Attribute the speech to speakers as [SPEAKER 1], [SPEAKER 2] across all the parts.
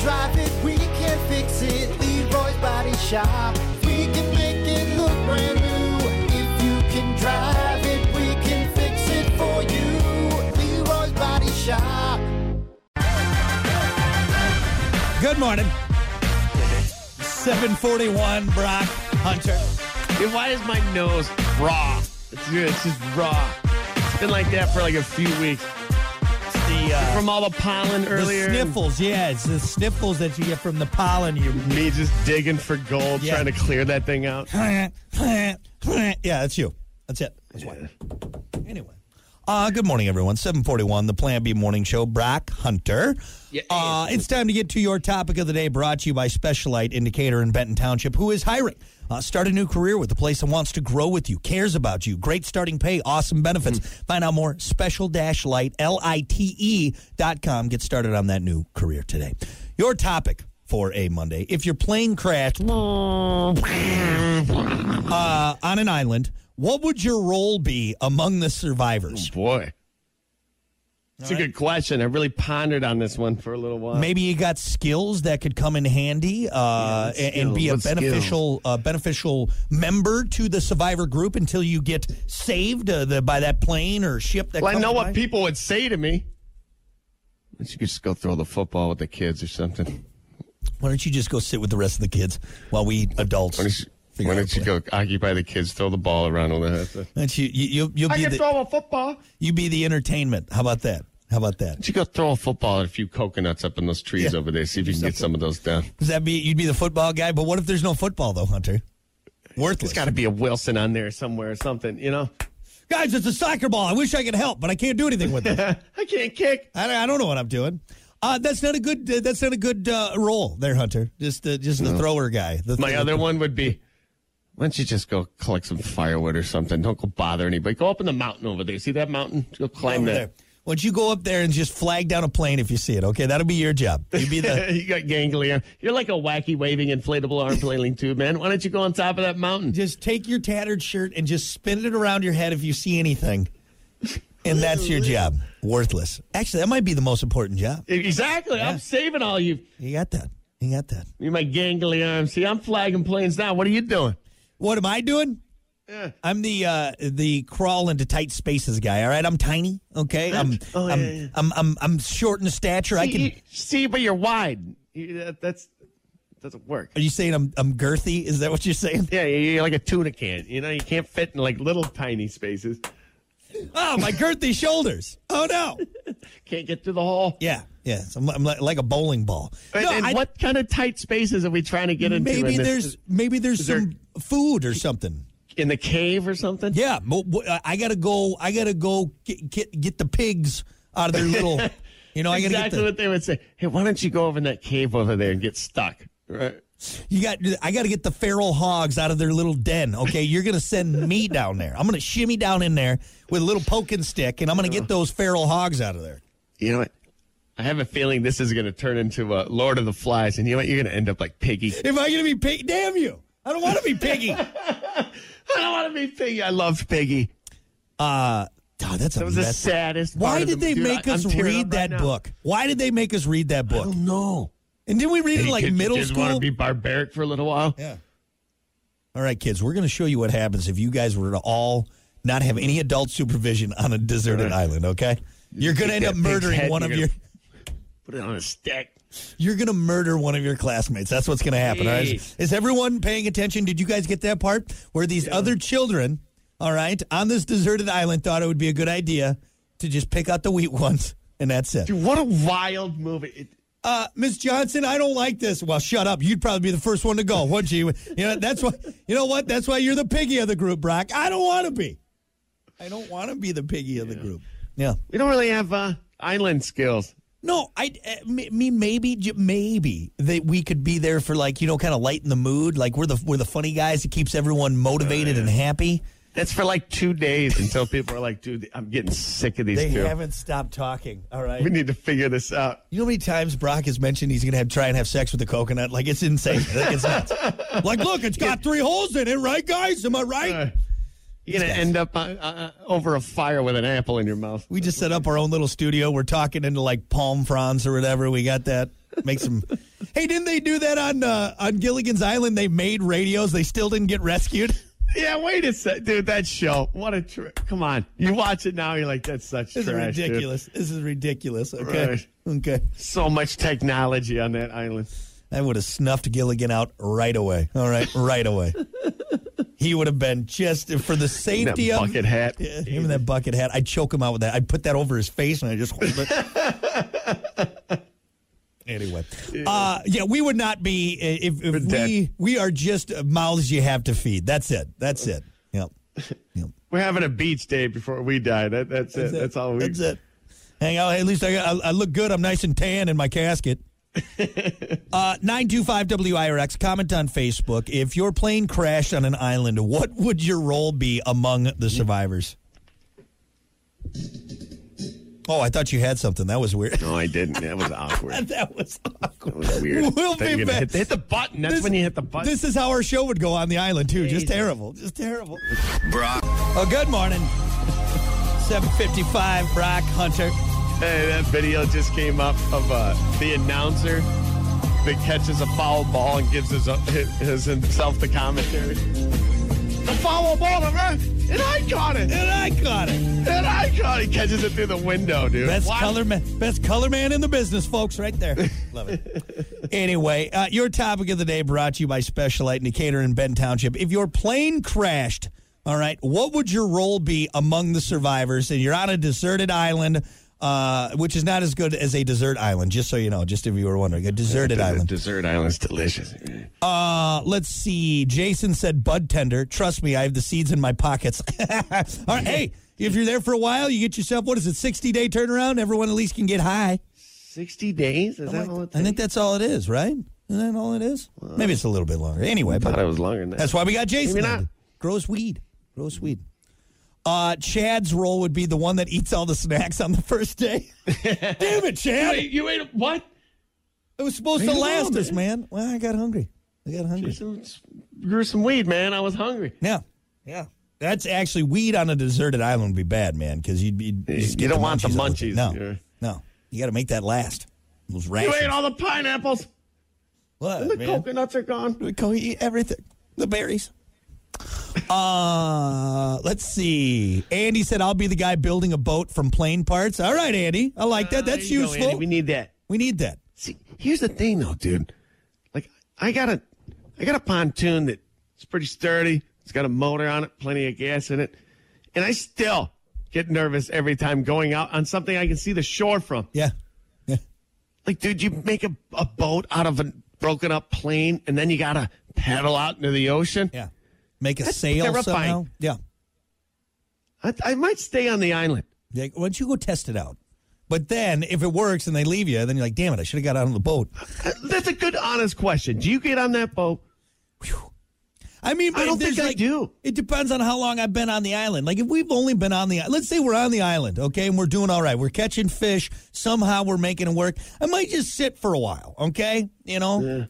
[SPEAKER 1] drive it, we can fix it. Leroy's Body Shop. We can make it look brand new. If you can drive it, we can fix it for you. Leroy's Body Shop.
[SPEAKER 2] Good morning. 741, Brock Hunter.
[SPEAKER 3] Dude, why is my nose raw? It's good. It's just raw. It's been like that for like a few weeks
[SPEAKER 2] The, uh,
[SPEAKER 3] from all the pollen earlier.
[SPEAKER 2] the sniffles, yeah, it's the sniffles that you get from the pollen. You,
[SPEAKER 3] Me just digging for gold,
[SPEAKER 2] Yeah.
[SPEAKER 3] trying to clear that thing out.
[SPEAKER 2] yeah, that's you. That's it. That's why. Anyway. Uh, good morning, everyone. 741, the Plan B Morning Show. Brock Hunter.
[SPEAKER 3] Yeah.
[SPEAKER 2] Uh, it's time to get to your topic of the day, brought to you by Specialite Indicator in Benton Township, who is hiring. Uh, start a new career with a place that wants to grow with you, cares about you, great starting pay, awesome benefits. Find out more, special-light, L-I-T-E E dot com. Get started on that new career today. Your topic for a Monday, if your plane crashed uh, on an island, what would your role be among the survivors?
[SPEAKER 3] Boy. It's a good question. I really pondered on this one for a little while.
[SPEAKER 2] Maybe you got skills that could come in handy uh,
[SPEAKER 3] Yeah, what
[SPEAKER 2] and, and be a
[SPEAKER 3] skills? What
[SPEAKER 2] beneficial uh, beneficial member to the survivor group until you get saved uh, the, by that plane or ship that.
[SPEAKER 3] Well, I
[SPEAKER 2] comes
[SPEAKER 3] know
[SPEAKER 2] by.
[SPEAKER 3] what people would say to me. But you could just go throw the football with the kids or something.
[SPEAKER 2] Why don't you just go sit with the rest of the kids while we adults?
[SPEAKER 3] Why don't you,
[SPEAKER 2] figure out
[SPEAKER 3] why don't
[SPEAKER 2] a
[SPEAKER 3] you
[SPEAKER 2] plan?
[SPEAKER 3] go occupy the kids, throw the ball around all that?
[SPEAKER 2] Why don't you, you, will
[SPEAKER 3] I
[SPEAKER 2] be
[SPEAKER 3] can
[SPEAKER 2] the,
[SPEAKER 3] throw a football.
[SPEAKER 2] you be the entertainment. How about that? How about that?
[SPEAKER 3] You go throw a football at a few coconuts up in those trees
[SPEAKER 2] Yeah.
[SPEAKER 3] over there. See if you can get some of those down.
[SPEAKER 2] Does that be you'd be the football guy? But what if there's no football though, Hunter? Worthless.
[SPEAKER 3] There's got to be a Wilson on there somewhere or something. You know,
[SPEAKER 2] Guys, it's a soccer ball. I wish I could help, but I can't do anything with it.
[SPEAKER 3] I can't kick.
[SPEAKER 2] I don't, I don't know what I'm doing. Uh, that's not a good. Uh, that's not a good uh, role there, Hunter. Just the just the thrower guy. The
[SPEAKER 3] My
[SPEAKER 2] the-
[SPEAKER 3] other one would be, why don't you just go collect some firewood or something? Don't go bother anybody. Go up in the mountain over there. See that mountain? Go climb
[SPEAKER 2] over
[SPEAKER 3] that.
[SPEAKER 2] there. Once you go up there and just flag down a plane if you see it, okay, that'll be your job. You be the
[SPEAKER 3] you got gangly arm. You're like a wacky waving inflatable arm flailing tube, man. Why don't you go on top of that mountain?
[SPEAKER 2] just take your tattered shirt and just spin it around your head if you see anything, and that's your job. Worthless. Actually, that might be the most important job.
[SPEAKER 3] Exactly. I'm saving all you.
[SPEAKER 2] You got that. You got that.
[SPEAKER 3] You my gangly arm. See, I'm flagging planes now. What are you doing?
[SPEAKER 2] What am I doing? I'm the uh, the crawl into tight spaces guy. All right, I'm tiny. Okay, I'm
[SPEAKER 3] Oh, yeah,
[SPEAKER 2] I'm,
[SPEAKER 3] yeah.
[SPEAKER 2] I'm I'm I'm short in stature. I
[SPEAKER 3] You-
[SPEAKER 2] can.
[SPEAKER 3] you- see, but you're wide. You, that, that's doesn't work.
[SPEAKER 2] Are you saying I'm I'm girthy? Is that what you're saying?
[SPEAKER 3] Yeah, you- you're like a tuna can. You know, you can't fit in like little tiny spaces.
[SPEAKER 2] Oh, my girthy shoulders. Oh no.
[SPEAKER 3] Can't get through the hole.
[SPEAKER 2] Yeah, yeah. So I'm, I'm like, like a bowling ball.
[SPEAKER 3] And,
[SPEAKER 2] No,
[SPEAKER 3] and
[SPEAKER 2] I-
[SPEAKER 3] what kind of tight spaces are we trying to get into?
[SPEAKER 2] maybe
[SPEAKER 3] in this-
[SPEAKER 2] there's maybe there's
[SPEAKER 3] is there-
[SPEAKER 2] some food or something.
[SPEAKER 3] in the cave or something.
[SPEAKER 2] Yeah, mo- mo- I gotta go. I gotta go get get, get the pigs out of their little. You know, I gotta
[SPEAKER 3] exactly
[SPEAKER 2] get
[SPEAKER 3] what they would say. Hey, why don't you go over in that cave over there and get stuck? Right.
[SPEAKER 2] the you got I gotta get the feral hogs out of their little den. Okay, you're gonna send me down there. I'm gonna shimmy down in there with a little poking stick, and I'm gonna get those feral hogs out of there.
[SPEAKER 3] You know what? I have a feeling this is going to turn into a Lord of the Flies, and you know what? You're going to end up like Piggy.
[SPEAKER 2] Am I gonna be pig? Damn you! I don't want to be piggy.
[SPEAKER 3] I don't want to be Piggy. I loved Piggy.
[SPEAKER 2] Oh, that's a
[SPEAKER 3] That was the
[SPEAKER 2] mess.
[SPEAKER 3] saddest. part
[SPEAKER 2] Why
[SPEAKER 3] of
[SPEAKER 2] did
[SPEAKER 3] the-
[SPEAKER 2] they
[SPEAKER 3] Dude,
[SPEAKER 2] make
[SPEAKER 3] I-
[SPEAKER 2] us
[SPEAKER 3] I'm tearing
[SPEAKER 2] read
[SPEAKER 3] up right
[SPEAKER 2] that
[SPEAKER 3] now.
[SPEAKER 2] book? Why did they make us read that book?
[SPEAKER 3] No.
[SPEAKER 2] And didn't we read it like
[SPEAKER 3] Kids-
[SPEAKER 2] middle
[SPEAKER 3] kids want
[SPEAKER 2] school?
[SPEAKER 3] to be barbaric for a little while.
[SPEAKER 2] yeah. All right, kids, we're going to show you what happens if you guys were to all not have any adult supervision on a deserted island. Okay, you're going to
[SPEAKER 3] take
[SPEAKER 2] end up
[SPEAKER 3] that pig's
[SPEAKER 2] murdering
[SPEAKER 3] head,
[SPEAKER 2] one of
[SPEAKER 3] you're
[SPEAKER 2] your.
[SPEAKER 3] gonna- Put it on a stick.
[SPEAKER 2] You're going to murder one of your classmates. That's what's going to happen. All right? Is, is everyone paying attention? Did you guys get that part where these other children, all right, on this deserted island thought it would be a good idea to just pick out the wheat ones, and that's it.
[SPEAKER 3] Dude, what a wild movie! It,
[SPEAKER 2] uh, Miss Johnson, I don't like this. Well, shut up. You'd probably be the first one to go, wouldn't you? You know that's why. You know what? That's why you're the piggy of the group, Brock. I don't want to be. I don't want to be the piggy of the group. Yeah.
[SPEAKER 3] we don't really have uh, island skills.
[SPEAKER 2] No, I I mean maybe j- maybe that we could be there for like you know kind of lighten the mood. Like we're the we're the funny guys that keeps everyone motivated and happy.
[SPEAKER 3] That's for like two days until people are like, "Dude, I'm getting sick of these
[SPEAKER 2] They
[SPEAKER 3] two.
[SPEAKER 2] haven't stopped talking. All right.
[SPEAKER 3] We need to figure this out."
[SPEAKER 2] You know how many times Brock has mentioned he's going to have try and have sex with a coconut? Like it's insane. Like it's nuts. like look, it's got three holes in it, right, guys? Am I right?
[SPEAKER 3] Uh, You're gonna end up uh, uh, over a fire with an apple in your mouth.
[SPEAKER 2] We just set up our own little studio. We're talking into like palm fronds or whatever. We got that. Make some Hey, didn't they do that on uh, on Gilligan's Island? They made radios. They still didn't get rescued.
[SPEAKER 3] Yeah, wait a sec, dude. That show, what a trip! Come on, you watch it now, you're like, that's such
[SPEAKER 2] This
[SPEAKER 3] trash.
[SPEAKER 2] is
[SPEAKER 3] dude.
[SPEAKER 2] ridiculous. This is ridiculous. Okay.
[SPEAKER 3] Right.
[SPEAKER 2] Okay.
[SPEAKER 3] So much technology on that island.
[SPEAKER 2] I would have snuffed Gilligan out right away. All right, right away. he would have been just for the
[SPEAKER 3] That
[SPEAKER 2] safety of
[SPEAKER 3] bucket hat.
[SPEAKER 2] Yeah, him in that bucket hat. I'd choke him out with that. I'd put that over his face and I just hold it. anyway, uh, yeah, we would not be uh, if, if
[SPEAKER 3] dead.
[SPEAKER 2] we we are just mouths you have to feed. That's it. That's it. Yep. Yep.
[SPEAKER 3] We're having a beach day before we die. That, that's, it. That's all we.
[SPEAKER 2] That's it. Hang out. At least I, I, I look good. I'm nice and tan in my casket. uh, 925 WIRX, comment on Facebook. If your plane crashed on an island, what would your role be among the survivors? Oh, I thought you had something. That was weird.
[SPEAKER 3] No, I didn't. That was awkward.
[SPEAKER 2] that was awkward.
[SPEAKER 3] That was weird.
[SPEAKER 2] We'll
[SPEAKER 3] Thought
[SPEAKER 2] be
[SPEAKER 3] you were gonna
[SPEAKER 2] back.
[SPEAKER 3] Hit, hit the button. That's
[SPEAKER 2] This-
[SPEAKER 3] when you hit the button.
[SPEAKER 2] This is how our show would go on the island, too. Just terrible. Just terrible. Brock. Oh, good morning. 755, Brock Hunter.
[SPEAKER 3] Hey, that video just came up of uh, the announcer that catches a foul ball and gives his, uh, his himself the commentary. The foul ball, man, and I caught it,
[SPEAKER 2] And I caught it.
[SPEAKER 3] and I caught it. He catches it through the window, dude.
[SPEAKER 2] Best
[SPEAKER 3] Why-
[SPEAKER 2] color man, best color man in the business, folks, right there. Love it. anyway, uh, your topic of the day brought to you by Specialite Decatur in Benton Township. If your plane crashed, all right, what would your role be among the survivors? And you're on a deserted island, uh, which is not as good as a desert island. Just so you know, just if you were wondering, a deserted
[SPEAKER 3] The
[SPEAKER 2] island.
[SPEAKER 3] dessert island's delicious.
[SPEAKER 2] Uh, let's see. Jason said bud tender. Trust me, I have the seeds in my pockets. All right, hey, if you're there for a while, you get yourself what is it, sixty day turnaround? Everyone at least can get high.
[SPEAKER 3] Sixty days? Is that all it
[SPEAKER 2] I think that's all it is, right? Isn't that all it is? Maybe it's a little bit longer. Anyway,
[SPEAKER 3] I
[SPEAKER 2] but
[SPEAKER 3] thought it was longer than that.
[SPEAKER 2] that's why we got Jason.
[SPEAKER 3] Maybe
[SPEAKER 2] there.
[SPEAKER 3] not.
[SPEAKER 2] Gross weed. Gross weed. Uh, Chad's role would be the one that eats all the snacks on the first day. Damn it, Chad!
[SPEAKER 3] Wait, you ate a- what?
[SPEAKER 2] It was supposed to
[SPEAKER 3] Leave it
[SPEAKER 2] last
[SPEAKER 3] alone,
[SPEAKER 2] us, man. Well, I got hungry. I got hungry.
[SPEAKER 3] Some, grew some weed, man. I was hungry.
[SPEAKER 2] Yeah, yeah. That's actually weed on a deserted island would be bad, man. Because you'd be you, just
[SPEAKER 3] You
[SPEAKER 2] get
[SPEAKER 3] don't want the
[SPEAKER 2] all the time.
[SPEAKER 3] munchies.
[SPEAKER 2] No,
[SPEAKER 3] Yeah.
[SPEAKER 2] no. You got to make that last. Those
[SPEAKER 3] You
[SPEAKER 2] rations.
[SPEAKER 3] ate all the pineapples.
[SPEAKER 2] What,
[SPEAKER 3] The
[SPEAKER 2] man?
[SPEAKER 3] coconuts are gone.
[SPEAKER 2] We go eat everything. The berries. Uh, let's see. Andy said, "I'll be the guy building a boat from plane parts." All right, Andy, I like that. That's
[SPEAKER 3] There Uh, you go,
[SPEAKER 2] useful.
[SPEAKER 3] Andy. we need that.
[SPEAKER 2] we need that.
[SPEAKER 3] See, here's the thing though, dude. Like I got a I got a pontoon that it's pretty sturdy. It's got a motor on it, plenty of gas in it. And I still get nervous every time going out on something I can see the shore from.
[SPEAKER 2] Yeah, yeah.
[SPEAKER 3] Like, dude, you make a, a boat out of a broken up plane and then you gotta paddle out into the ocean.
[SPEAKER 2] yeah. Make a
[SPEAKER 3] That's
[SPEAKER 2] sale
[SPEAKER 3] terrifying.
[SPEAKER 2] somehow. Yeah.
[SPEAKER 3] I, I might stay on the island.
[SPEAKER 2] Like, why don't you go test it out? But then, if it works and they leave you, then you're like, "Damn it! I should have got out on the boat."
[SPEAKER 3] Uh, That's a good honest question. Do you get on that boat?
[SPEAKER 2] I mean, but
[SPEAKER 3] I don't
[SPEAKER 2] there's,
[SPEAKER 3] think I
[SPEAKER 2] like-
[SPEAKER 3] do.
[SPEAKER 2] It depends on how long I've been on the island. Like if we've only been on the let's say we're on the island, okay, and we're doing all right. We're catching fish. Somehow we're making it work. I might just sit for a while, okay? You know,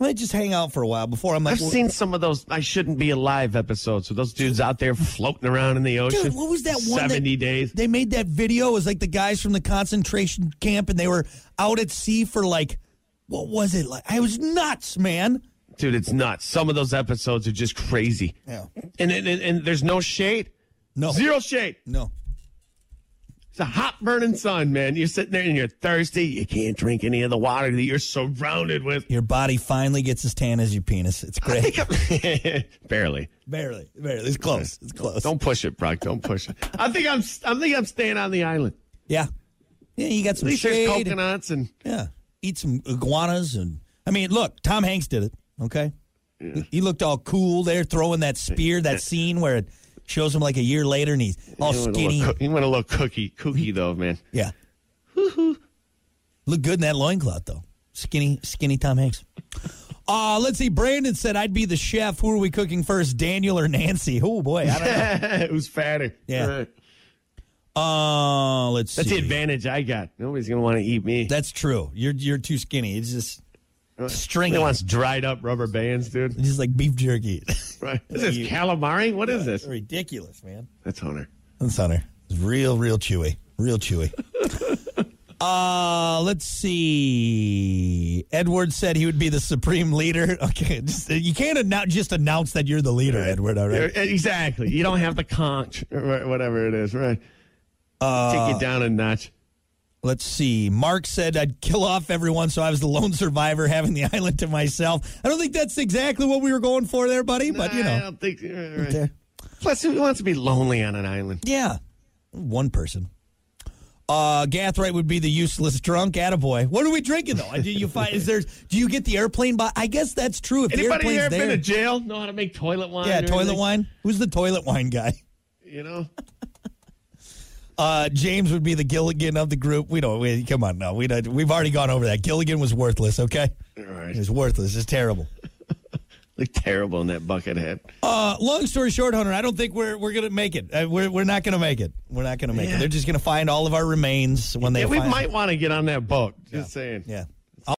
[SPEAKER 2] I might just hang out for a while before I'm like,
[SPEAKER 3] I've
[SPEAKER 2] well,
[SPEAKER 3] seen some of those I shouldn't be alive episodes with those dudes out there floating around in the ocean.
[SPEAKER 2] dude, what was that one? that-
[SPEAKER 3] Seventy days.
[SPEAKER 2] They made that video. It was like the guys from the concentration camp, and they were out at sea for like, what was it? Like I was nuts, man.
[SPEAKER 3] Dude, it's nuts. Some of those episodes are just crazy.
[SPEAKER 2] Yeah.
[SPEAKER 3] And and, and, and there's no shade.
[SPEAKER 2] No,
[SPEAKER 3] Zero shade.
[SPEAKER 2] no.
[SPEAKER 3] It's a hot burning sun, man. You're sitting there and you're thirsty. You can't drink any of the water that you're surrounded with.
[SPEAKER 2] Your body finally gets as tan as your penis. It's
[SPEAKER 3] I
[SPEAKER 2] great.
[SPEAKER 3] think I'm- barely.
[SPEAKER 2] Barely, barely. It's close. It's close.
[SPEAKER 3] Don't push it, Brock. Don't push it. I think I'm I think I'm staying on the island.
[SPEAKER 2] Yeah. Yeah, you got
[SPEAKER 3] At
[SPEAKER 2] some
[SPEAKER 3] least there's
[SPEAKER 2] shade. and-
[SPEAKER 3] coconuts and
[SPEAKER 2] yeah. Eat some iguanas and I mean, look, Tom Hanks did it, okay? He looked all cool there throwing that spear, that scene where it shows him like a year later and he's all
[SPEAKER 3] You went a
[SPEAKER 2] skinny.
[SPEAKER 3] little coo- You went a little cookie cookie though, man.
[SPEAKER 2] Yeah. Look good in that loincloth though. Skinny skinny Tom Hanks. Uh, let's see. Brandon said I'd be the chef. Who are we cooking first, Daniel or Nancy? Oh boy, I don't know.
[SPEAKER 3] Who's fatter?
[SPEAKER 2] Yeah.
[SPEAKER 3] Right.
[SPEAKER 2] Uh, let's
[SPEAKER 3] That's
[SPEAKER 2] see.
[SPEAKER 3] the advantage I got. Nobody's gonna want to eat me.
[SPEAKER 2] That's true. You're you're too skinny. It's just string.
[SPEAKER 3] Nobody wants dried up rubber bands, dude.
[SPEAKER 2] Just like beef jerky.
[SPEAKER 3] Right? Is this calamari? What is this?
[SPEAKER 2] ridiculous, man.
[SPEAKER 3] That's Hunter.
[SPEAKER 2] That's Hunter. It's real, real chewy. Real chewy. Uh, let's see. Edward said he would be the supreme leader. Okay, just, you can't annou- just announce that you're the leader, Edward. All right.
[SPEAKER 3] Yeah, Uh, Exactly. You don't have the conch or wh- whatever it is, right?
[SPEAKER 2] Uh,
[SPEAKER 3] Take it down a notch.
[SPEAKER 2] Let's see. Mark said I'd kill off everyone, so I was the lone survivor, having the island to myself. I don't think that's exactly what we were going for there, buddy. But you
[SPEAKER 3] Nah, I
[SPEAKER 2] know,
[SPEAKER 3] don't think. right, right.
[SPEAKER 2] there.
[SPEAKER 3] Plus, who wants to be lonely on an island?
[SPEAKER 2] yeah, one person. Uh, Gathright would be the useless drunk. Attaboy. What are we drinking though? Do you find is there? Do you get the airplane? But I guess that's true. If the
[SPEAKER 3] Anybody
[SPEAKER 2] airplane's
[SPEAKER 3] here
[SPEAKER 2] there,
[SPEAKER 3] been to jail? Know how to make toilet wine?
[SPEAKER 2] yeah,
[SPEAKER 3] or
[SPEAKER 2] toilet
[SPEAKER 3] anything?
[SPEAKER 2] wine. Who's the toilet wine guy?
[SPEAKER 3] You know,
[SPEAKER 2] Uh, James would be the Gilligan of the group. We don't. We, come on, no, we don't, we've already gone over that. Gilligan was worthless. Okay,
[SPEAKER 3] All
[SPEAKER 2] it
[SPEAKER 3] right.
[SPEAKER 2] was worthless. It's terrible.
[SPEAKER 3] Look terrible in that bucket hat.
[SPEAKER 2] Uh, long story short, Hunter, I don't think we're we're gonna make it. Uh, we're we're not gonna make it. We're not gonna make
[SPEAKER 3] Yeah.
[SPEAKER 2] it. They're just gonna find all of our remains when they.
[SPEAKER 3] Yeah, we
[SPEAKER 2] find-
[SPEAKER 3] might want to get on that boat. Just saying.
[SPEAKER 2] Yeah,